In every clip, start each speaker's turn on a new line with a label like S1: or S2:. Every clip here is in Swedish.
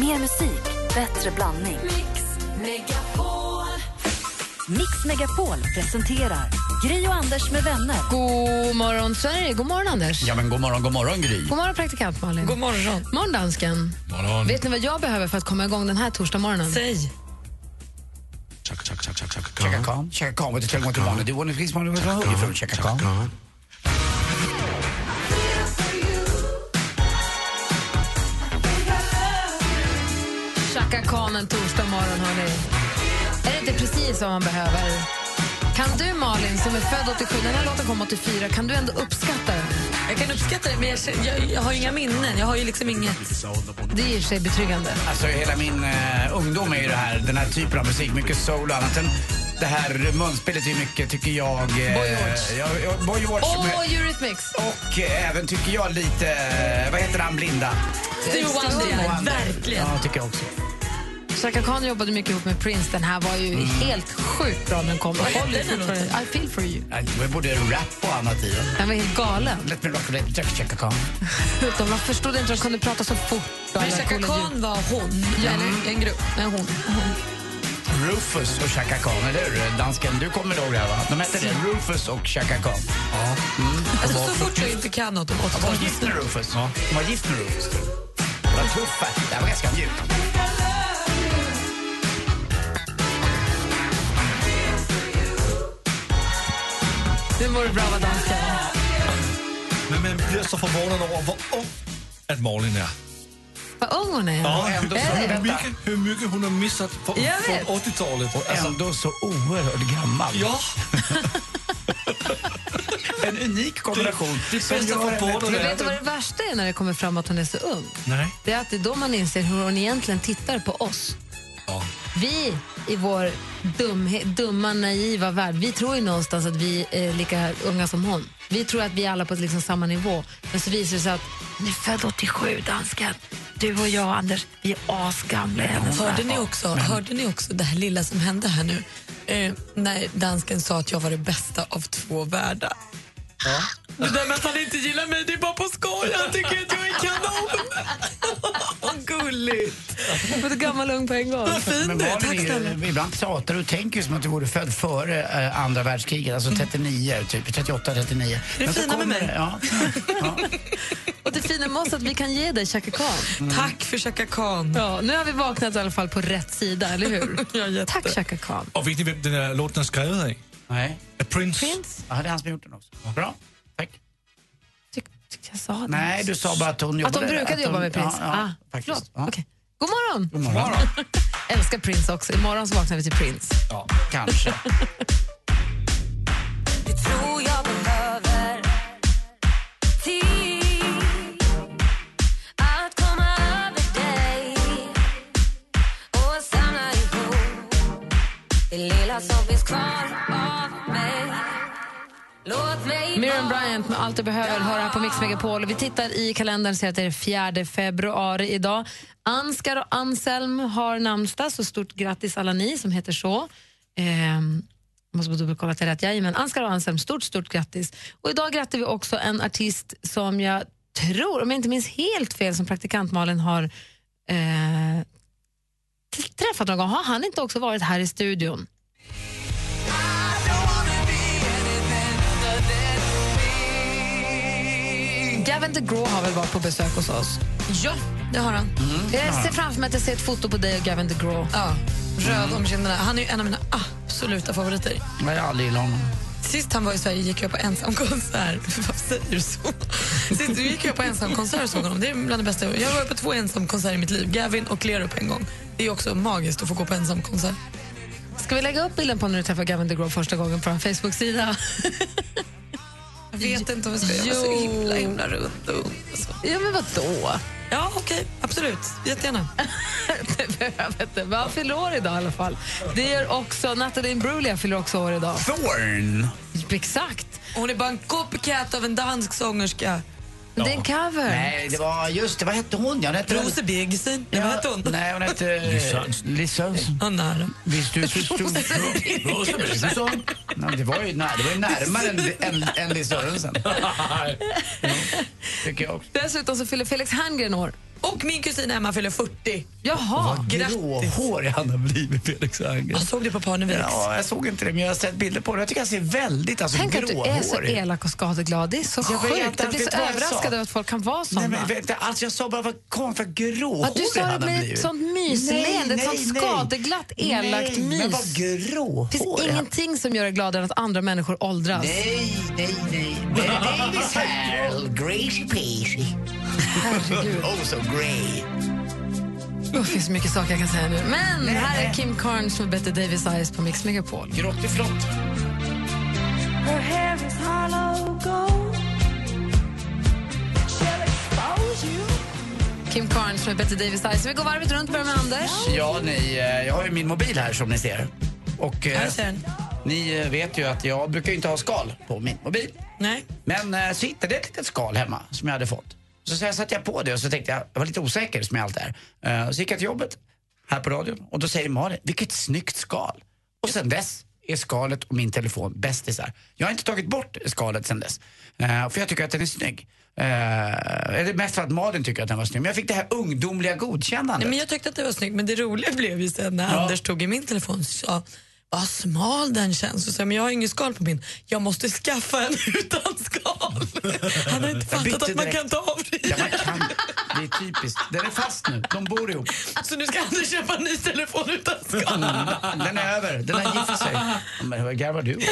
S1: Mer musik, bättre blandning.
S2: Mix Megapol.
S1: Mix Megapol presenterar Gri och Anders med vänner.
S3: God morgon, Sverige. God morgon, Anders.
S4: Ja, men god morgon, god morgon Gry.
S3: God morgon, praktikant Malin.
S2: God morgon.
S3: morgon, dansken.
S4: morgon.
S3: Vet ni vad jag behöver för att komma igång den här torsdag
S2: Säg.
S5: Chaka, chaka, chaka, chaka,
S4: Chaka
S5: chaka.
S4: Khan.
S5: Chaka Khan, vet du, chaka till barnen. Du ordnar friskt barn, du vet vad
S4: Khan.
S5: från Chaka Khan.
S3: Chaka Khan en torsdag morgon, hörni. Är det inte precis vad man behöver? Kan du, Malin, som är född 87, den här låten kom 84, kan du ändå uppskatta den?
S2: Jag kan uppskatta det, men jag, känner- jag, jag har inga minnen. Jag har ju liksom inget.
S3: Det är i och för sig betryggande.
S5: Alltså hela min eh, ungdom är ju det här, den här typen av musik, mycket soul och annat. Sen, det här munspelet är ju mycket, tycker jag... Eh,
S3: Boy George.
S5: Ja, ja, Boy George.
S3: Åh,
S5: med-
S3: Eurythmics!
S5: Och eh, även, tycker jag, lite... eh, Vad heter han, blinda?
S2: Stevie Wonder, verkligen.
S5: Ja, tycker jag också.
S3: Chaka Khan jobbade mycket ihop med Prince. Den här var ju helt sjukt bra när den kom. Mm. Jag håller fortfarande- I feel for you.
S5: Ja, Det var både rap och annat i den.
S3: Den var helt galen.
S5: Let me rock, let me rock, Chaka Khan.
S3: De man förstod inte att de kunde prata så fort.
S2: Men
S3: Alla
S2: Chaka
S3: coola ljud.
S2: Khan var hon.
S3: Ja.
S2: Eller en grupp. Nej, hon.
S5: Rufus och Chaka Khan, eller hur? Dansken, du kommer ihåg det här, va? De hette det, Rufus och Chaka Khan. Ja. Mm.
S2: Alltså, så fort jag inte kan något om
S5: De var gift
S2: 80-talet.
S5: med Rufus. De var gift med Rufus. tror jag. De var tuffa. Det här var ganska mjukt.
S3: Nu mår du bra, vad dansken.
S6: Men man blir så förvånad över hur ung att Malin är.
S3: Vad ung hon är.
S5: Och ändå så,
S3: Är det?
S6: Hur
S5: vänta,
S6: mycket, hur mycket hon har missat på,
S3: Jag vet.
S6: från 80-talet. Alltså,
S5: ändå så oerhört gammal.
S6: ja,
S5: En unik kombination.
S6: det
S5: Som
S6: bästa
S5: gör
S6: från
S5: henne
S6: båda
S5: till-
S3: Men
S6: världarna.
S3: vet du vad det värsta är när det kommer fram att hon är så ung?
S6: nej.
S3: Det är att det är då man inser hur hon egentligen tittar på oss.
S6: Ja.
S3: Vi i vår dumhe, dumma, naiva värld, vi tror ju någonstans att vi är lika unga som hon. Vi tror att vi är alla på liksom samma nivå. Men så visar det sig att hon är född 87, dansken. Du och jag, Anders, vi är asgamla. i hennes
S2: Hörde
S3: värld.
S2: ni, också, hörde ni också det här lilla som hände här nu? Eh, när dansken sa att jag var det bästa av två världar. Det där med att han inte gillar mig, det är bara på skoj. Han tycker att jag är kanon. Vad gulligt.
S3: Både gammal och ung på en gång.
S2: Vad
S5: Men
S2: fin du är. Tack
S5: Malin, är
S2: snälla.
S5: ju, ibland pratar du och tänker ju som att du vore född före eh, andra världskriget, alltså 39, typ 38, 39.
S2: det
S5: Men så
S2: fina med
S5: kommer
S2: mig?
S5: det- Ja, ja.
S3: Och det fina med oss är att vi kan ge dig Chaka Khan.
S2: Tack för Chaka Khan.
S3: Ja, nu har vi vaknat i alla fall på rätt sida, eller hur?
S2: Ja, jätte.
S3: Tack Chaka Khan.
S6: Och vet ni vem den här låten är skriven av?
S5: Nej,
S6: Är Prince.
S3: Prince,
S5: ja, det är han som har gjort den också. Bra, tack.
S3: tyck- tyckte jag sa det.
S5: Nej, du sa bara att hon
S3: Att de
S5: jobbade...
S3: brukade
S5: att
S3: jobba
S5: hon-
S3: med Prince?
S5: Ja, ja,
S3: ah,
S5: faktiskt.
S3: förlåt.
S5: Ja.
S3: Okej. God morgon!
S5: God morgon.
S3: Älskar Prince också. Imorgon så vaknar vi till Prince.
S5: Ja, kanske.
S3: Miriam Bryant med Allt du behöver hör här på Mix Megapol. Vi tittar i kalendern och ser att det är 4 februari idag. Anskar och Anselm har namnsdag, så stort grattis alla ni som heter så. Ehm, jag måste bara dubbelkolla att det är rätt. Jajamän, Anskar och Anselm, stort, stort grattis. Och idag grattar vi också en artist som jag tror, om jag inte minns helt fel, som praktikant Malin har eh, t- träffat någon gång. Har han inte också varit här i studion? Gavin DeGraw har väl varit på besök hos oss?
S2: Ja, det har han.
S3: Jag ser framför mig att jag ser ett foto på dig och Gavin DeGraw.
S2: Ja, röd om kinderna. Han är ju en av mina absoluta favoriter.
S5: Jag har aldrig gillat honom.
S2: Sist han var i Sverige gick jag på ensamkonsert. Vad säger du så? Sist gick jag på ensamkonsert och såg honom. Det är bland det bästa. jag- Jag har varit på två ensamkonserter i mitt liv. Gavin och Lerup en gång. Det är också magiskt att få gå på ensamkonsert.
S3: Ska vi lägga upp bilden på när du träffade Gavin DeGraw första gången på vår Facebook-sida?
S2: Jag vet inte om jag ska göra så
S3: Jo.
S2: himla, himla runt och ung. och så.
S3: ja, men vadå?
S2: Ja, okej. absolut. Jättegärna.
S3: Det behöver inte. Men han fyller år idag i alla fall. Det gör också Natalie Imbruglia fyller också år idag.
S5: Thorn!
S3: Exakt.
S2: Hon är bara en copycat av en dansk sångerska.
S3: Men Det är en cover.
S5: Nej, det var just det. Vad hette hon? Ja, hon hette...
S2: Rose Birgersson. Nej, vad hette hon?
S5: Nej, hon hette...
S6: Liz Sörensen.
S5: Liz Sörensen.
S2: Hon är
S5: Visst du förstod... Rose Birgersson. Nej, det var ju när- det var ju närmare än, än, än Liz Sörensen. Tycker jag också.
S3: Dessutom så fyller Felix Herngren år.
S2: Och min kusin Emma fyller 40.
S3: Jaha.
S2: Grattis.
S5: Gråhårig han har blivit, Felix Herngren.
S2: Jag
S3: Alltså,
S2: såg det på Parneviks.
S5: Ja, jag såg inte det, men jag har sett bilder på det. Jag tycker han ser väldigt alltså,
S3: Tänk att du är så
S5: gråhårig.
S3: elak och skadeglad. Det är så
S5: Jag vet
S3: sjukt.
S5: inte
S3: Jag blir
S5: ens
S3: så
S5: vad jag sa.
S3: överraskad över att folk kan vara
S5: Nej,
S3: såna.
S5: men, vet, du, alltså, jag sa bara vad konstigt, vad gråhårig
S3: Att du sa det
S5: han har
S3: med
S5: blivit.
S3: ett sånt
S5: Nej,
S3: mysleende, ett
S5: nej,
S3: sånt
S5: nej.
S3: skadeglatt, elakt
S5: nej, men
S3: mys.
S5: vad
S3: Det
S5: gråhårig
S3: finns
S5: han-
S3: ingenting som gör dig gladare än att andra människor åldras.
S2: Alltså.
S5: Nej, nej, nej. Betty Davis här. Gracie Pacey.
S3: Herregud.
S5: Oh, so grey.
S3: Det finns så mycket saker jag kan säga nu. Men här är
S5: nej.
S3: Kim Carnes med Bette Davis Eyes på Mix Megapol.
S5: Grått är flott.
S3: Kim Carnes med Bette Davis Eyes. Vi går varvet runt och börjar med Anders.
S5: Ja, ni, eh, jag har ju min mobil här som ni ser. Och eh,
S2: Här ser den.
S5: ni eh, vet ju att jag brukar ju inte ha skal på min mobil.
S2: Nej.
S5: Men eh, så hittade jag ett litet skal hemma som jag hade fått. Så, så här satte jag på det och så tänkte jag, jag var lite osäker som jag alltid är. Eh, Så gick jag till jobbet här på radion och då säger Malin, vilket snyggt skal. Och sen dess är skalet och min telefon bästisar. Jag har inte tagit bort skalet sen dess. Eh, För jag tycker att den är snygg. Eh, Eller mest för att Malin tycker att den var snygg. Men jag fick det här ungdomliga godkännandet.
S2: Nej, men jag tyckte att det var snyggt, men det roliga blev ju sen när Anders tog i min telefon och sa vad smal den känns. Och så, men jag har ingen skal på min. Jag måste skaffa en utan skal. Han har inte
S5: bytte
S2: fattat att man
S5: direkt.
S2: kan ta av
S5: Ja,
S2: det.
S5: man kan. Det är typiskt. Den är fast nu. De bor ihop.
S2: Så nu ska Anders köpa en ny telefon utan skal.
S5: Den är över. Den har gift sig. Men vad garvar du åt?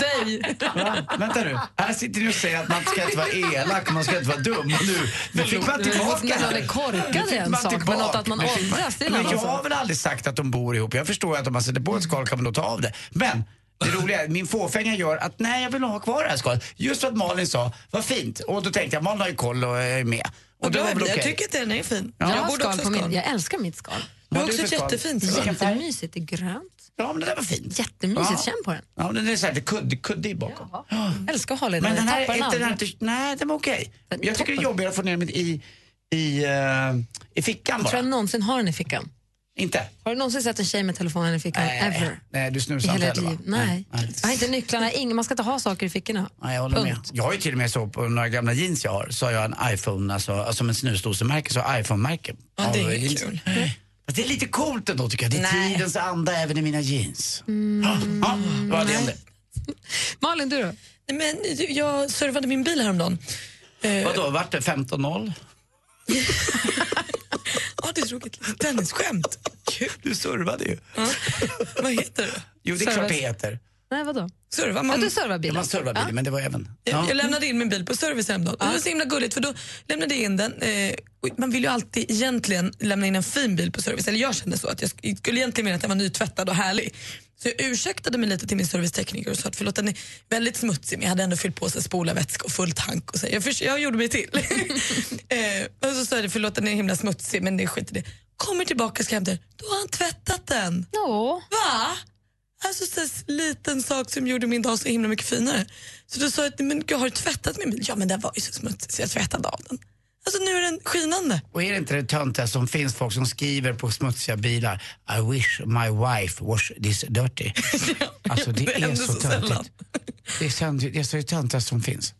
S3: Dig.
S5: Va? Vänta nu. Här sitter du och säger att man ska inte vara elak och man ska inte vara dum. Och nu, nu fick man tillbaka
S3: Man är
S5: här.
S3: korkad
S5: Nu
S3: i
S5: fick
S3: en
S5: man
S3: sak, men
S5: tillbaka.
S3: något att man
S5: Nu fick
S3: åldras, det är en
S5: Men
S3: annan
S5: jag
S3: sak.
S5: har väl aldrig sagt att de bor ihop. Jag förstår ju att om man sätter på ett skal kan man nog ta av det. Men det roliga är, min fåfänga gör att nej, jag vill nog ha kvar det här skalet. Just vad Malin sa, vad fint. Och då tänkte jag, Malin har ju koll och är med. Och
S2: Och
S5: det
S2: då,
S5: var väl
S2: jag
S5: okej.
S2: tycker att den är fin.
S3: Jag har skal på min. Jag älskar mitt skal.
S2: Du
S5: Vad
S2: har också
S5: för
S2: ett
S5: skal?
S2: jättefint skal.
S5: Vilken färg?
S3: Jättemysigt. Det är grönt.
S5: Ja, men det där var fint.
S3: Jättemysigt.
S5: Ja.
S3: Känn på den.
S5: Ja, men den är så här, det är kudd, kuddig bakom.
S3: Älskar att hålla i den.
S5: Men den
S3: Jag
S5: här,
S3: tappar den
S5: inte, den här
S3: aldrig.
S5: inte, nej den var okej.
S3: Den är
S5: Jag tycker det är
S3: toppen.
S5: jobbigare att få ner den i, i, eh, i fickan
S3: Tror
S5: bara.
S3: jag någonsin har den i fickan.
S5: Inte?
S3: Har du någonsin sett en tj med telefonen i fickan? Ever?
S5: nej, du
S3: I
S5: snusar inte
S3: hela ditt
S5: heller va?
S3: liv? Nej.
S5: Nej.
S3: Jag har inte nycklarna. Ingen, man ska inte ha saker i fickorna.
S5: Nej, jag håller med.
S3: Punkt.
S5: Jag har ju till och med så på några gamla jeans jag har, så har jag en iPhone, alltså, alltså som en snusdosemärke, så iPhone-märke.
S2: Ja, det är
S5: av
S2: ju
S5: jeans.
S2: kul.
S5: Nej. Fast det är lite coolt ändå tycker jag. Det är
S2: Nej.
S5: tidens anda även i mina jeans.
S3: Mm.
S5: Ja, ja, vad är det?
S3: Malin, du då?
S2: Nej, men du, jag servade min bil häromdagen. Eh,
S5: Vadå, vart det 15-0?
S2: ja, det är tråkigt. Tennisskämt. Kul.
S5: Du servade ju.
S2: Ja. Vad heter det?
S5: Jo, det är klart
S3: Service.
S5: det heter.
S3: Nej, vadå?
S2: Servar
S3: Ja,
S2: man?
S3: du servar bilen.
S5: Man Mm. servar bilen, men det var även...
S2: Jag, jag lämnade in min bil på service häromdagen. Och Det var så himla gulligt för då lämnade jag in den. Eh, och man vill ju alltid egentligen lämna in en fin bil på service. Eller jag kände så. att Jag sk- skulle egentligen vilja att den var nytvättad och härlig. Så jag ursäktade mig lite till min servicetekniker och sa att förlåt den är väldigt smutsig men jag hade ändå fyllt på sig spolarvätska och full tank. Och så. Jag, förs- jag gjorde mig till. eh, och så sa jag det, förlåt den är himla smutsig men det skiter i det. Kommer tillbaka och ska hämta den. Då har han tvättat den.
S3: Nå.
S2: Va? Alltså så här liten sak som gjorde min dag så himla mycket finare. Så då sa jag att men jag har tvättat min bil. Ja men den var ju så smutsig så jag tvättade av den. Alltså nu är den skinande.
S5: Och är det inte det töntiga som finns folk som skriver på smutsiga bilar I wish my wife was this dirty. Alltså det, är
S2: händer
S5: så töntigt. Det är, tönt, det är så det töntigaste som finns.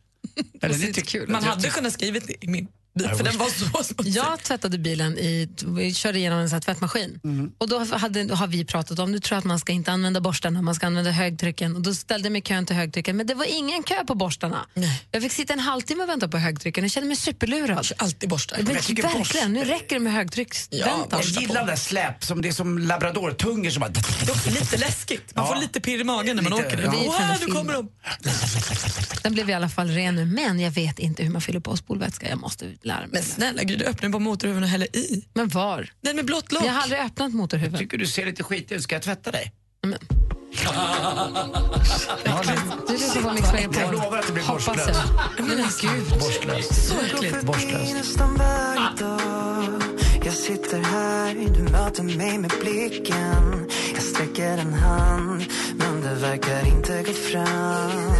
S5: Eller, det tycker-
S2: Man hade kunnat skrivit det i min bil för den var så smutsig.
S3: Jag tvättade bilen, i, vi körde igenom en sån här tvättmaskin.
S5: Mhm.
S3: Och då hade, har vi pratat om, du tror jag att man ska inte använda borstarna, man ska använda högtrycken. Och då ställde jag mig i kön till högtrycken, men det var ingen kö på borstarna. Jag fick sitta en halvtimme och vänta på högtrycken, jag kände mig superlurad.
S2: Kör alltid borstar.
S3: Men
S5: jag tycker
S3: verkligen, nu räcker det med högtrycksväntan.
S2: Ja,
S5: jag gillar den där släp, som det är som labradortungor som bara...
S2: Det är också lite läskigt. Man
S5: Ja.
S2: får lite pirr i magen när man
S5: Lite,
S2: åker.
S5: ja.
S2: Ja.
S3: Det är från en
S2: Wow, nu
S3: film.
S2: kommer de.
S3: Den blev i alla fall ren nu, men jag vet inte hur man fyller på spolvätska, jag måste lära mig.
S2: Men snälla gud, du öppnar ju bara motorhuven och häller i.
S3: Men var?
S2: Den med blått lock.
S3: Jag har aldrig öppnat motorhuven.
S5: Tycker du ser lite skit ut, ska jag tvätta dig?
S3: Men-
S5: Ja, det-
S3: Du lyssnar på Mix
S5: Jag
S3: Megapol.
S5: lovar att det blir
S3: Hoppas
S5: borstlöst.
S3: jag. Men gud.
S5: Borstlöst.
S2: Så äckligt.
S5: Borstlöst.
S4: nästan varje
S3: Ah.
S4: dag Jag sitter här, du möter mig med blicken Jag sträcker en hand, men det verkar inte gå fram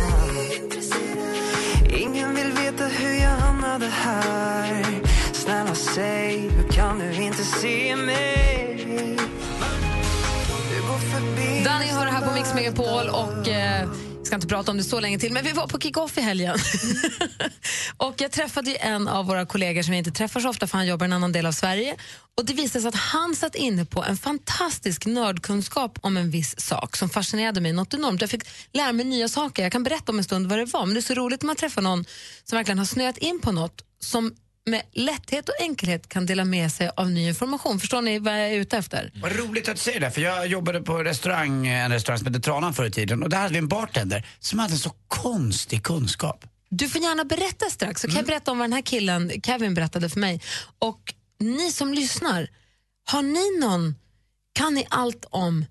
S4: Ingen vill veta hur jag hamnade här Snälla säg, hur kan du inte se mig? Du går förbi
S3: Danny har det här på Mix
S4: nästan varje
S3: Megapol och eh, ska inte prata om det så länge till, men vi var på kick-off i helgen. och jag träffade ju en av våra kollegor som jag inte träffar så ofta för han jobbar i en annan del av Sverige. Och det visade sig att han satt inne på en fantastisk nördkunskap om en viss sak som fascinerade mig något enormt. Jag fick lära mig nya saker. Jag kan berätta om en stund vad det var, men det är så roligt när man träffar någon som verkligen har snöat in på något som med lätthet och enkelhet kan dela med sig av ny information. Förstår ni vad jag är ute efter?
S5: Vad roligt att du säger det, för jag jobbade på restaurang, en restaurang som hette Tranan förr i tiden och där hade vi en bartender som hade en så konstig kunskap.
S3: Du får gärna berätta strax, så kan
S5: Mm.
S3: jag berätta om vad den här killen Kevin berättade för mig. Och ni som lyssnar, har ni någon, kan ni allt om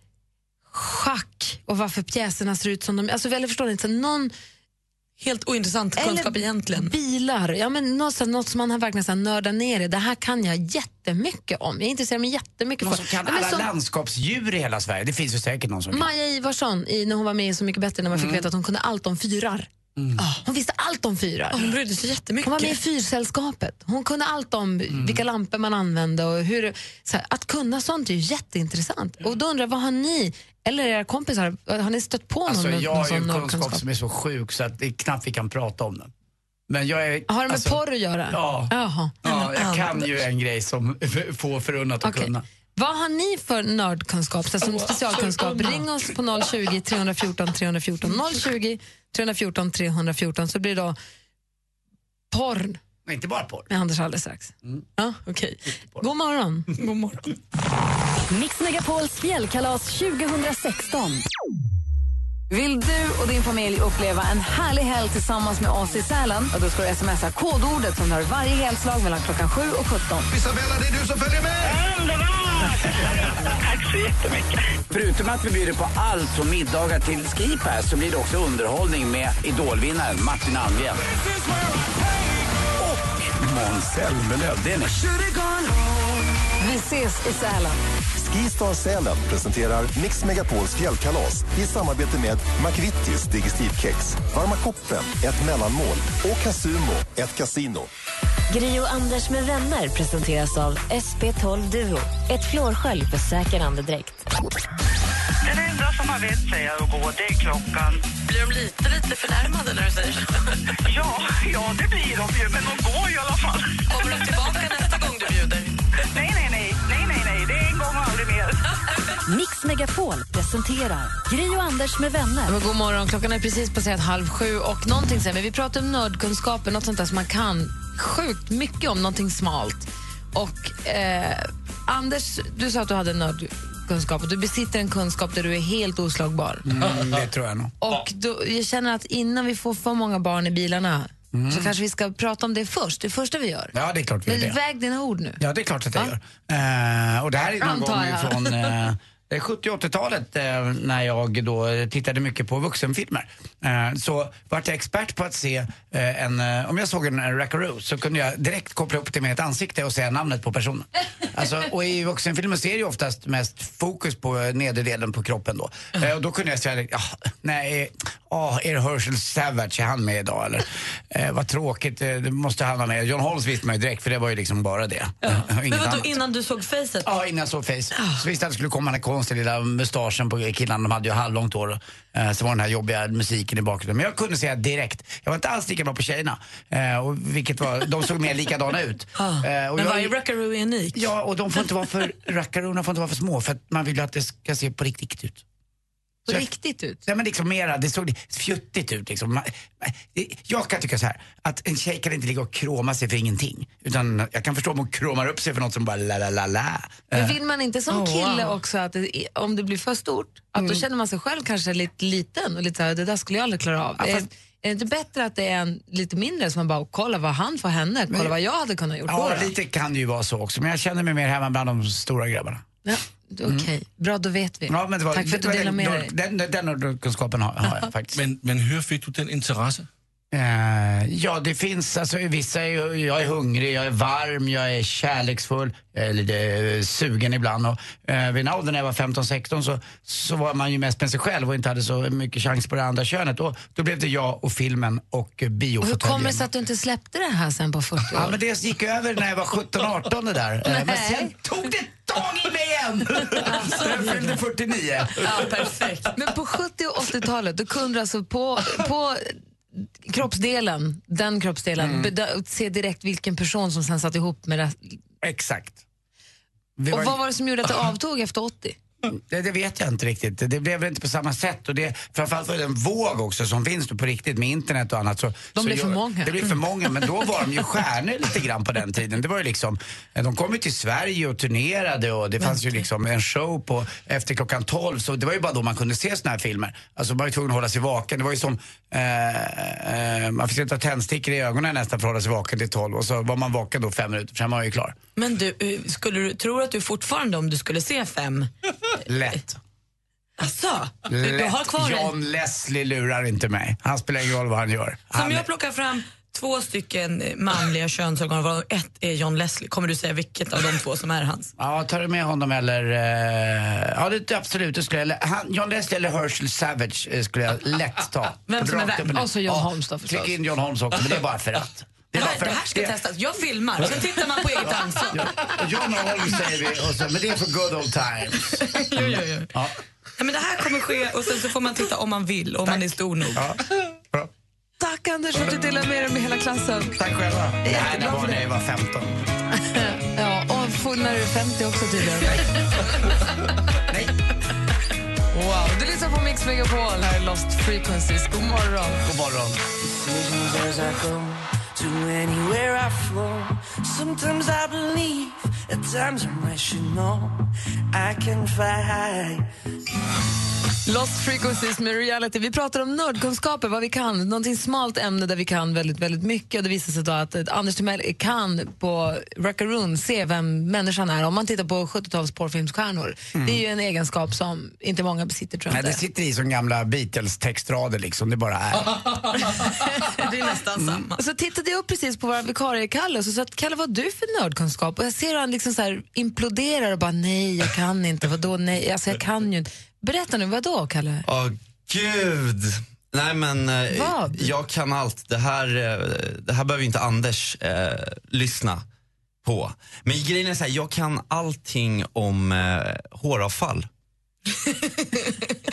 S3: schack och varför pjäserna ser ut som de alltså, eller förstår ni, inte, så någon
S2: Helt ointressant kunskap egentligen.
S3: bilar, ja, men något, så- något som man har verkligen så här nördat ner i. Det här kan jag jättemycket om. Jag intresserar mig jättemycket
S5: Någon
S3: för.
S5: som kan
S3: Ja, men
S5: alla
S3: som-
S5: landskapsdjur i hela Sverige. Det finns ju säkert någon som kan.
S3: Maja Ivarsson, i, när hon var med i Så mycket bättre, när man fick
S5: Mm.
S3: veta att hon kunde allt om fyrar. Ah, Hon visste allt om fyrar.
S2: Hon brydde sig jättemycket.
S3: Hon var med i Fyrsällskapet. Hon kunde allt om
S5: Mm.
S3: vilka lampor man använde. Och hur, så här, att kunna sånt är ju jätteintressant. Och då undrar jag, vad har ni, eller era kompisar, har ni stött på någon
S5: Alltså
S3: med
S5: jag
S3: någon
S5: har ju
S3: sån
S5: en kunskap
S3: nördkunskap?
S5: som är så sjuk så att det är knappt vi kan prata om den. Men jag är...
S3: Har det med
S5: alltså,
S3: porr att göra?
S5: Ja.
S3: Jaha.
S5: Ja, jag kan ju en grej som få förunnat att
S3: Okej.
S5: kunna.
S3: Vad har ni för nördkunskap, så här, som specialkunskap? Ring oss på 020 314 314 020 314 314 så blir det då porr
S5: Nej, inte bara porr.
S3: med Anders alldeles strax.
S5: Mm.
S3: Ja, okej. God morgon.
S2: God morgon.
S1: Mix Megapols fjällkalas 2016.
S7: Vill du och din familj uppleva en härlig helg tillsammans med oss i Sälen? Ja, Då ska du smsa kodordet som hör varje helslag mellan klockan 7 och 17.
S6: Isabella, det är du som följer med!
S8: Förutom att vi bjuder på allt från middagar till skipass så blir det också underhållning med idolvinnaren Martin Almgren. Och Måns Zelmerlöw. Det är ni.
S7: Vi ses i Sälen.
S9: Skistar Sälen presenterar Mix Megapols fjällkalas i samarbete med McVittys Digestivkex, Varma koppen, ett mellanmål och Casumo, ett kasino.
S1: Gri och Anders med vänner presenteras av SP12 Duo. Ett flårskölj för säker andedräkt.
S10: Den enda som har vett säger jag att gå, det är klockan.
S2: Blir de lite, lite förnärmade när du säger så?
S10: Ja, ja det blir de ju, men de går ju i alla fall.
S2: Kommer de tillbaka nästa gång du bjuder?
S10: Nej, nej, nej, nej, nej, nej, det är en gång och aldrig mer.
S1: Mix Megapol presenterar Gri och Anders med vänner.
S3: Men god morgon, klockan är precis passerat halv sju och någonting så här, men vi pratar om nördkunskaper, något sånt där som man kan sjukt mycket om, någonting smalt. Och eh, Anders, du sa att du hade en nördkunskap och du besitter en kunskap där du är helt oslagbar.
S5: Mm, det tror jag nog.
S3: Och då, jag känner att innan vi får för många barn i bilarna så kanske vi ska prata om det först, det första vi gör.
S5: Mm. Ja, det är klart vi gör
S3: Men
S5: det.
S3: väg dina ord nu.
S5: Ja, det är klart att jag gör. Eh, och det här är någon
S3: Antar
S5: gång
S3: jag.
S5: från eh, 70 och 80-talet eh, när jag då tittade mycket på vuxenfilmer. Eh, så vart jag expert på att se eh, en, eh, om jag såg en eh, Rackaroo så kunde jag direkt koppla upp det med ett ansikte och säga namnet på personen. Alltså, och i vuxenfilmer ser ju oftast mest fokus på eh, nederdelen på kroppen då. Eh, och då kunde jag säga, direkt, ah, nej, ah, är det Herschel Savage, är han med idag eller? Eh, vad tråkigt, eh, det måste han vara med. John Holmes visste man ju direkt för det var ju liksom bara det. Inget
S2: Men vadå,
S5: annat.
S2: innan du såg facet?
S5: Ja, innan jag såg Face. Så visste jag att det skulle komma den här konstiga lilla mustaschen på killarna, de hade ju halvlångt hår. Eh, så var den här jobbiga musiken i bakgrunden. Men jag kunde säga direkt. Jag var inte alls lika bra på tjejerna. Eh, och vilket var, de såg mer likadana ut.
S2: Ah.
S5: Eh, och jag-
S2: Men varje Rackaroo är unik.
S5: Ja, och de får inte vara för, rackarorna får inte vara för små för att man vill ju att det ska se på riktigt ut.
S3: På
S5: Så-
S3: riktigt ut.
S5: Nej men liksom mera, det såg fjuttigt ut liksom. Man- Jag kan tycka så här, att en tjej kan inte ligga och kråma sig för ingenting. Utan jag kan förstå om hon kråmar upp sig för något som bara la la la la.
S3: Men vill man inte som
S2: Oh,
S3: kille
S2: wow.
S3: också att det, är- om det blir för stort, att
S5: Mm.
S3: då känner man sig själv kanske lite liten och lite så här, det där skulle jag aldrig klara av. är, är det inte bättre att det är en lite mindre som man bara, kolla vad han får henne, kolla vad jag hade kunnat gjort
S5: Ja,
S3: på det.
S5: lite kan det ju vara så också. Men jag känner mig mer hemma bland de stora grabbarna.
S3: Ja, Okej, bra då vet vi.
S5: Mm. Ja, men det var,
S3: Tack för att
S5: det
S3: du delar
S5: var den,
S3: med dig.
S5: Den, den, den kunskapen har, har jag faktiskt.
S6: Men, men hur fick du den intresse?
S5: Eh, ja, det finns alltså vissa, är, ju- jag är hungrig, jag är varm, jag är kärleksfull, jag är lite eh, sugen ibland. Och, eh, vid den åldern när jag var 15-16 så, så var man ju mest med sig själv och inte hade så mycket chans på det andra könet. Och, då blev det jag och filmen och eh,
S3: Och hur kommer det
S5: biofåtöljen.
S3: sig att du inte släppte det här sen på 40 år?
S5: Ja, men det gick över när jag var 17-18 det där. Eh, Men
S3: Nej.
S5: sen tog det Stång i mig igen! Jag fyllde 49.
S2: Ja, perfekt.
S3: Men på 70 och 80-talet då kunde du alltså på, på kroppsdelen, den kroppsdelen,
S5: Mm.
S3: bedö- se direkt vilken person som sen satt ihop med det.
S5: Exakt. Vi
S3: Och
S5: var-
S3: vad var det som gjorde att det avtog efter 80?
S5: Det, det vet jag inte riktigt. Det blev väl inte på samma sätt. Och det, framförallt var det en våg också som finns nu på riktigt med internet och annat. Så, så
S3: blev för
S5: gör-
S3: många.
S5: Det blev för många, men då var de ju stjärnor lite grann på den tiden. Det var ju liksom, de kom ju till Sverige och turnerade och det fanns ju liksom en show på efter klockan 12. Så det var ju bara då man kunde se såna här filmer. Alltså man var ju tvungen att hålla sig vaken. Det var ju som, eh, eh, man fick sätta tändstickor i ögonen nästan för att hålla sig vaken till 12. Och så var man vaken då fem minuter, sen var man ju klar.
S2: Men du, eh, skulle du, tror du att du fortfarande, om du skulle se fem...
S5: Lätt.
S2: Alltså, du, du
S5: Lätt.
S2: har kvar den?
S5: Eh, John Leslie lurar inte mig. Han spelar ingen roll vad han gör.
S2: Så om
S5: Han
S2: jag plockar fram två stycken eh, manliga könsorgan, varav ett är John Leslie, kommer du säga vilket av de två som är hans?
S5: Ja, tar du med honom eller... eh, ja, det, absolut. Det skulle jag, lä- han, John Leslie eller Herschel Savage eh, skulle jag lätt ta.
S2: Vem som är Alltså,
S5: Rakt
S2: vem?
S5: upp ner.
S3: Och så John Holmes då förstås.
S5: Klicka in John Holmes också, men det är bara för att.
S2: Det
S5: är bara
S2: här,
S5: för
S2: det här
S5: att.
S2: ska
S5: Det-
S2: testas. Jag filmar, sen tittar man på eget ansvar.
S5: Ja, John Holmes säger vi, och så, men det är för good old times.
S2: Jo, jo, jo.
S5: Ja.
S2: Ja, men det här kommer ske och sen så får man titta om man vill, om man är stor nog.
S5: Ja. Bra.
S3: Tack Anders för att du delade med dig med hela klassen.
S5: Tack själva. Det här det var när jag var 15.
S3: Ja, och full när du är 50 också tydligen.
S5: Nej.
S3: Wow, du lyssnar på Mix Megapol. Här är Lost Frequencies. God morgon.
S5: God morgon.
S4: Decisions as I go to anywhere I flow. Sometimes I believe, at times I'm rational. I can fly high.
S3: Lost Frequencies med reality. Vi pratar om nördkunskaper, vad vi kan. Någonting smalt ämne där vi kan väldigt, väldigt mycket. Och Det visar sig då att eh, Anders Timell kan på Rackaroon se vem människan är om man tittar på 70-tals porrfilmsstjärnor. Det är ju en egenskap som inte många besitter tror jag.
S5: Mm. Nej, det
S3: inte.
S5: sitter i som gamla Beatles-textrader liksom. Det bara är.
S2: Det är nästan
S5: Mm.
S2: samma.
S3: Och så tittade jag upp precis på vår vikarie Kalle och så sa att Kalle vad har du för nördkunskap? Och jag ser hur han liksom så här imploderar och bara nej jag kan inte, vadå nej, alltså jag kan ju inte. Berätta nu, vadå Kalle?
S11: Åh gud. Nej men eh,
S3: Vad?
S11: jag kan allt. Det här, eh, det här behöver inte Anders eh, lyssna på. Men grejen är så här, jag kan allting om eh, håravfall.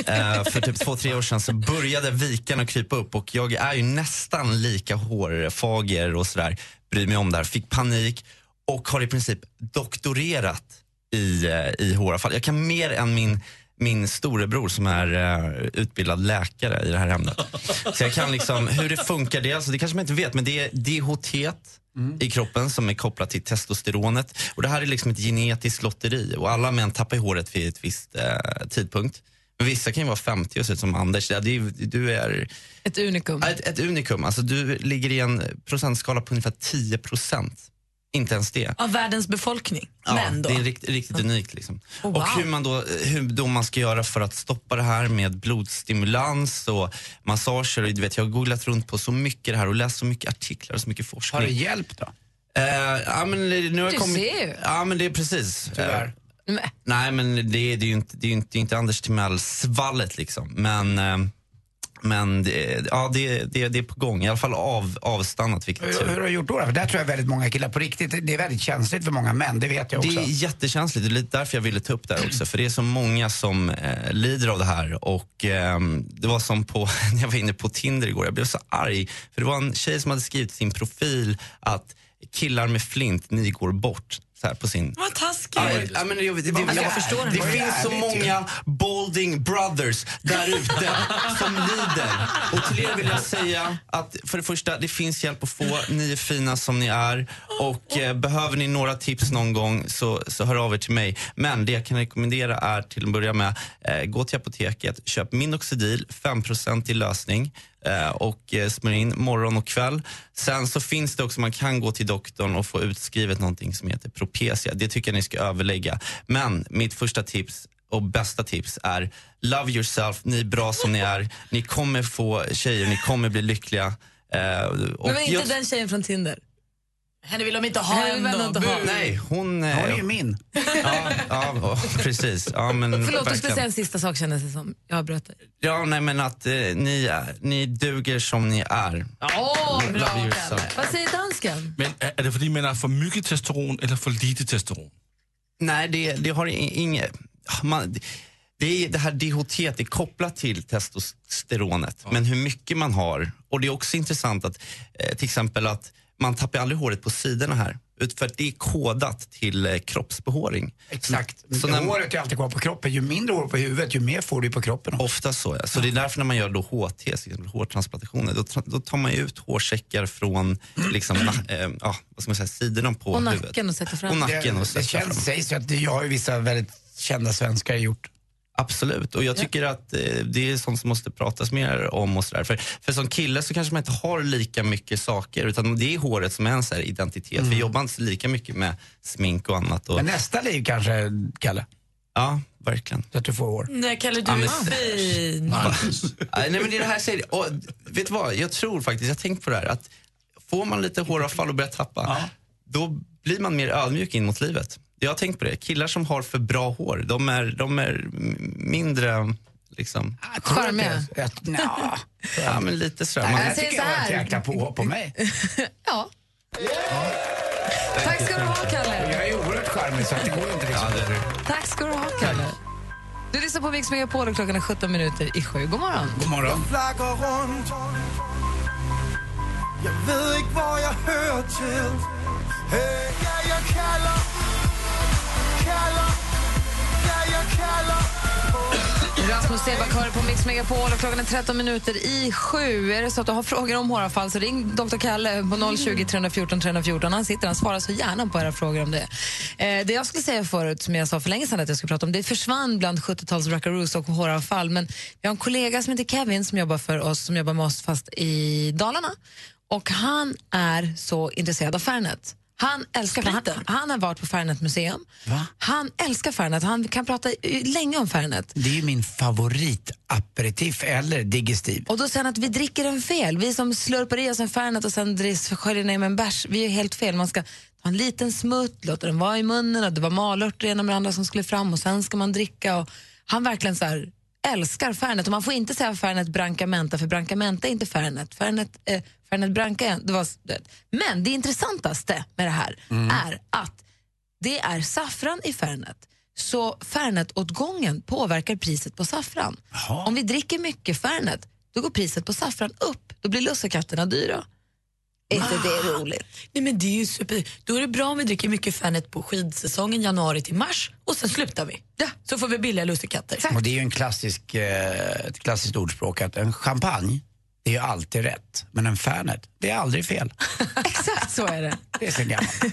S11: eh, för typ två, tre år sedan så började vikarna krypa upp och jag är ju nästan lika hårfager och sådär. Bryr mig om det här. Fick panik och har i princip doktorerat i, eh, i håravfall. Jag kan mer än min min storebror som är eh, utbildad läkare i det här ämnet. Så jag kan liksom hur det funkar. Det, alltså, det kanske man inte vet, men det är DHT
S2: Mm.
S11: i kroppen som är kopplat till testosteronet. Och Det här är liksom ett genetiskt lotteri och alla män tappar ju håret vid ett visst eh, tidpunkt. Men vissa kan ju vara 50 och se ut som Anders. Det, det, är- du är
S3: Ett unikum.
S11: ett, ett unikum. Alltså, du ligger i en procentskala på ungefär 10 procent. Inte ens det.
S2: Av världens befolkning. men då.
S11: Det är rikt, riktigt unikt. Liksom.
S2: Oh, wow.
S11: Och hur man, då, hur då man ska göra för att stoppa det här med blodstimulans och massager. Och, du vet, jag har googlat runt på så mycket det här och läst så mycket artiklar och så mycket
S5: Har det
S11: forskning.
S5: hjälpt då?
S11: Eh, ja, men, eh, nu har jag
S3: Du
S11: kommit,
S3: ser ju.
S11: Ja, men det är precis.
S5: Tyvärr.
S11: Eh,
S3: Nej.
S11: nej, men det, är- det är ju inte, det är ju inte, det är inte Anders Timell-svallet liksom. Men, eh, men det, ja, det, det, det är på gång. I alla fall av, avstannat, vilket
S5: Hur, hur har du gjort då? För där tror jag väldigt många killar på riktigt, det är väldigt känsligt för många män, det vet jag också.
S11: Det är jättekänsligt. Det är lite därför jag ville ta upp det här också. För det är så många som eh, lider av det här. Och ehm, Det var som på, när jag var inne på Tinder igår. Jag blev så arg. För det var en tjej som hade skrivit i sin profil att killar med flint, ni går bort. Så här på sin...
S2: Vad taskigt.
S11: Ja, men- ja, men jag, vet- det, det,
S2: jag förstår
S11: det,
S2: henne.
S11: finns så många balding brothers där ute som lider. Och till er vill jag säga att för det första, det finns hjälp att få. Ni är fina som ni är. Och eh, behöver ni några tips någon gång så, så hör av er till mig. Men det jag kan rekommendera är till att börja med, eh, gå till apoteket, köp Minoxidil, 5% i lösning eh, och eh, smörj in morgon och kväll. Sen så finns det också, man kan gå till doktorn och få utskrivet någonting som heter Propecia. Det tycker jag ni ska överlägga. Men mitt första tips och bästa tips är love yourself, ni är bra som ni är. Ni kommer få tjejer, ni kommer bli lyckliga. Eh, och
S3: Men var inte
S11: jag-
S3: den tjejen från Tinder?
S2: Henne vill de inte ha
S3: Henne vill de
S2: ändå.
S3: inte ha.
S2: Bu.
S11: Nej, hon... eh,
S5: Hon är ju min.
S11: ja, ja, oh, precis. Ja, men,
S3: Förlåt, du skulle
S11: verkligen.
S3: säga en sista sak kändes det som. Jag bröt dig.
S11: Ja, nej men att eh, ni, är- ni duger som ni är.
S3: Åh,
S11: Love yourself.
S3: Vad säger dansken?
S6: Men är, är det fordi man har for mycket testosteron eller for lite testosteron?
S11: Nej, det, det har in- inget... Man, det, är, det här DHT är kopplat till testosteronet, men hur mycket man har. Och Det är också intressant att eh, till exempel att man tappar aldrig håret på sidorna här. ut- För att det är kodat till eh, kroppsbehåring.
S5: Exakt.
S11: Mm. Så
S5: Men
S11: när-
S5: Håret är alltid kvar på kroppen. Ju mindre hår på huvudet, ju mer får du på kroppen.
S11: Ofta så, ja. Så det är därför när man gör då HT, till exempel hårtransplantationer, då, tra- då tar man ju ut hårsäckar från liksom, na- eh, ja, vad ska man säga, sidorna på
S3: Och
S11: huvudet.
S3: nacken och sätter fram.
S11: Och nacken och
S5: Det, det
S11: sätter fram.
S5: känns, sägs ju att det jag har ju vissa väldigt kända svenskar gjort.
S11: Absolut, och jag tycker att eh, det är sånt som måste pratas mer om. Och så där. För, för som kille så kanske man inte har lika mycket saker utan det är håret som är ens här identitet. Vi jobbar inte lika mycket med smink och annat. Och...
S5: Men nästa liv kanske, Kalle?
S11: Ja, verkligen.
S5: Så att du får hår.
S3: Mm.
S2: Nej, Kalle, du
S11: Ja, men-
S2: är fin.
S11: Nej, men det är det här jag säger. Och, vet du vad, jag tror faktiskt, jag har tänkt på det här, att får man lite håravfall och börjar tappa, då blir man mer ödmjuk in mot livet. Jag har tänkt på det, killar som har för bra hår, de är, de är m- mindre liksom...
S3: Charmiga.
S5: Nja.
S11: Ja, men lite sådär.
S5: Nej,
S11: Man-
S5: jag tycker jag var ett jäkla påhopp på mig.
S3: Ja. Tack ska du ha, Kalle.
S5: Jag är oerhört charmig så att det går inte liksom.
S3: Tack ska du ha, Kalle. Du lyssnar på Mix Megapol och klockan är 17 minuter i sju. God morgon.
S5: God morgon.
S12: flakker rundt Jeg ved ikke, hvor jeg hører til hey, Ja, jeg kalder Kalder Ja, jeg kalder
S3: Rasmus Sebakhör på Mix Megapol och klockan är 13 minuter i sju. Är det så att du har frågor om håravfall så ring Dr. Kalle på 020 314 314. Han sitter han svarar så gärna på era frågor om det. Eh, det jag skulle säga förut, som jag sa för länge sedan att jag skulle prata om, det försvann bland 70-tals rackaroos och håravfall. Men vi har en kollega som heter Kevin som jobbar för oss, som jobbar med oss fast i Dalarna. Och han är så intresserad av Fernet. Han älskar Fernet. Han, han har varit på Fernet museum. Han älskar Fernet. Han kan prata eh, länge om Fernet.
S5: Det är ju min favoritaperitif eller digestiv.
S3: Och då säger han att vi dricker den fel. Vi som slurpar i oss en Fernet och sen dris- sköljer ner med en bärs, vi är helt fel. Man ska ta en liten smutt, låta den vara i munnen och det var malört det ena med det andra som skulle fram och sen ska man dricka. Och han verkligen så här älskar Fernet och man får inte säga Fernet Branca Menta för Branca Menta är inte Fernet. Fernet, eh, Fernet Branca är... Det var, men det intressantaste med det här
S13: Mm.
S3: är att det är saffran i Fernet. Så Fernet-åtgången påverkar priset på saffran. Om vi dricker mycket Fernet, då går priset på saffran upp. Då blir lussekatterna dyra. Är inte det roligt?
S2: Ah. Nej, men det är ju super. Då är det bra om vi dricker mycket Fernet på skidsäsongen januari till mars och sen slutar vi. Ja. Så får vi billiga lussekatter.
S5: Och det är ju en klassisk, eh, ett klassiskt ordspråk att en champagne, det är ju alltid rätt. Men en Fernet, det är aldrig fel.
S3: Exakt så är det.
S5: Det är så gammalt.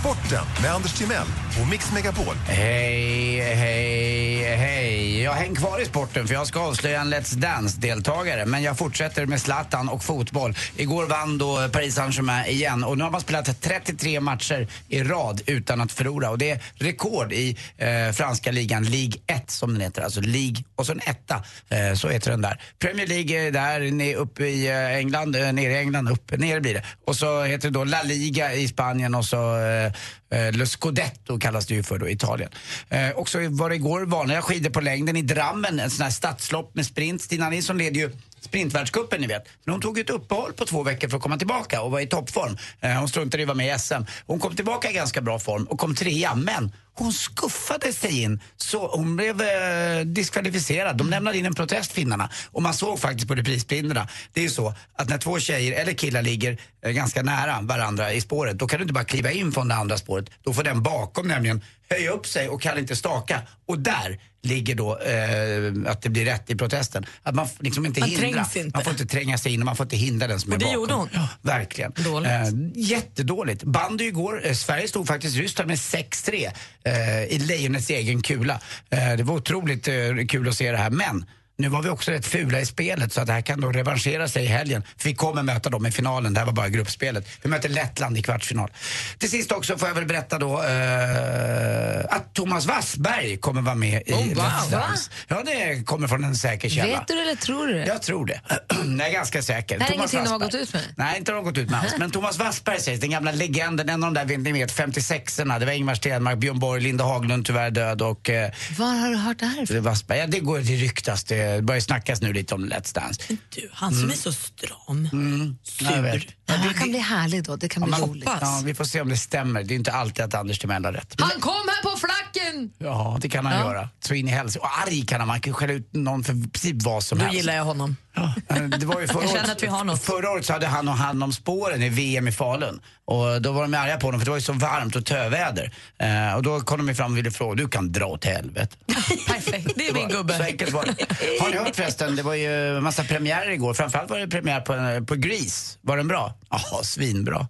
S9: Sporten med Anders Timell och Mix Megapol.
S5: Hej, hej, hej. Jag häng kvar i sporten för jag ska avslöja en Let's Dance-deltagare. Men jag fortsätter med Zlatan och fotboll. Igår vann då Paris Saint-Germain igen och nu har man spelat 33 matcher i rad utan att förlora. Och det är rekord i eh, franska ligan, Ligue 1 som den heter. Alltså Ligue och så en etta. Eh, så heter den där. Premier League är där ne- uppe i eh, England, eh, nere i England, uppe, nere blir det. Och så heter det då La Liga i Spanien och så eh, eh, Le Scudetto kallas det ju för då i Italien. Eh, och så var det igår vanliga skidor på längden i Drammen, en sån här stadslopp med sprint. Stina Nilsson leder ju Sprintvärldscupen ni vet. Men hon tog ju ett uppehåll på två veckor för att komma tillbaka och var i toppform. Eh, hon struntade i att vara med i SM. Hon kom tillbaka i ganska bra form och kom trea, men hon skuffade sig in så hon blev eh, diskvalificerad. De lämnade in en protest finnarna och man såg faktiskt på reprisbilderna. Det är ju så att när två tjejer eller killar ligger eh, ganska nära varandra i spåret då kan du inte bara kliva in från det andra spåret. Då får den bakom nämligen höja upp sig och kan inte staka. Och där ligger då eh, att det blir rätt i protesten. Att man f- liksom inte
S2: Man
S5: hindrar.
S2: trängs inte.
S5: Man får inte tränga sig in och man får inte hindra den som
S2: Och
S5: är
S2: det
S5: bakom.
S2: gjorde hon.
S5: Ja, verkligen.
S2: Dåligt.
S5: Eh, jättedåligt. Bandy igår. Eh, Sverige stod faktiskt Ryssland med 6-3 eh, i Lejonets egen kula. Eh, det var otroligt eh, kul att se det här. Men nu var vi också rätt fula i spelet så att det här kan då revanschera sig i helgen. För vi kommer möta dem i finalen. Det här var bara gruppspelet. Vi möter Lettland i kvartsfinal. Till sist också får jag väl berätta då eh, att Thomas Wassberg kommer vara med i
S3: Oh, wow. Va?
S5: Let's Dance. Ja, det kommer från en säker källa.
S3: Vet du det eller tror du det?
S5: Jag tror det. Jag är ganska säker.
S3: Det här är
S5: Thomas
S3: ingenting de har
S5: Wassberg.
S3: gått ut med?
S5: Nej, inte har de gått ut med alls. Men Thomas Wassberg sägs, den gamla legenden, en av de där ni vet, 56orna. Det var Ingmar Stenmark, Björn Borg, Linda Haglund tyvärr död och eh,
S3: Var har du hört det här ifrån?
S5: Wassberg. Ja, det går det ryktas. Det, det börjar snackas nu lite om Let's Dance.
S2: Du, han
S3: Mm.
S2: som är så stram.
S5: Ja, jag vet.
S3: Ja, han kan bli härlig då. Det kan
S5: Ja,
S3: bli
S5: man-
S3: roligt.
S5: ja, vi får se om det stämmer. Det är inte alltid att Anders Timell har rätt.
S3: Han kom här på flacken!
S5: Ja, det kan han
S3: Ja.
S5: göra. Så in i helsike. Och arg kan han. Man kan skälla ut någon för precis vad som
S2: Då
S5: helst.
S2: gillar jag honom.
S5: Det var ju förra,
S2: Jag känner
S5: året,
S2: att vi har något.
S5: förra året så hade han och hand om spåren i VM i Falun. Och då var de arga på honom för det var ju så varmt och töväder. Eh, och då kom de ju fram och ville fråga, du kan dra åt helvete.
S2: Perfekt, det är min gubbe.
S5: Så enkelt var det. Har ni hört förresten, det var ju massa premiärer igår. Framförallt var det premiär på, på Grease. Var den bra? Ja, svinbra.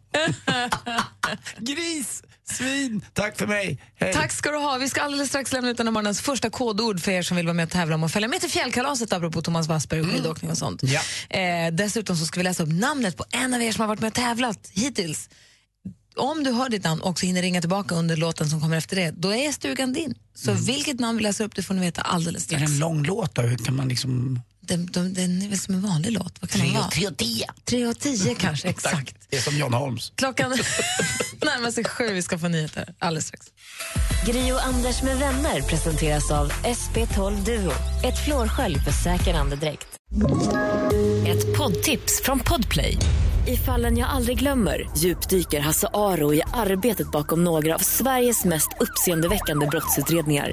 S5: Gris, svin, tack för mig. Hej.
S3: Tack ska du ha. Vi ska alldeles strax lämna ut den här morgonens första kodord för er som vill vara med och tävla om och följa med till fjällkalaset apropå Thomas Wassberg och skidåkning och sånt.
S5: Mm. Ja.
S3: Eh, dessutom så ska vi läsa upp namnet på en av er som har varit med och tävlat hittills. Om du hör ditt namn och också hinner ringa tillbaka under låten som kommer efter det, då är stugan din. Så
S5: Mm.
S3: vilket namn vi läser upp det får ni veta alldeles
S5: Är
S3: strax.
S5: det en lång låt då? Hur kan man liksom...
S3: Den, den, den är väl som en vanlig låt? Vad kan
S5: Tre
S3: den
S5: och-
S3: vara?
S5: tre och tio.
S3: Tre och tio kanske, exakt.
S5: Det är som John Holmes.
S3: Klockan närmar sig sju, vi ska få nyheter alldeles strax.
S1: Gri och Anders med vänner presenteras av SP12 Duo. Ett flårskölj för säker andedräkt. Ett poddtips från Podplay. I fallen jag aldrig glömmer djupdyker Hasse Aro i arbetet bakom några av Sveriges mest uppseendeväckande brottsutredningar.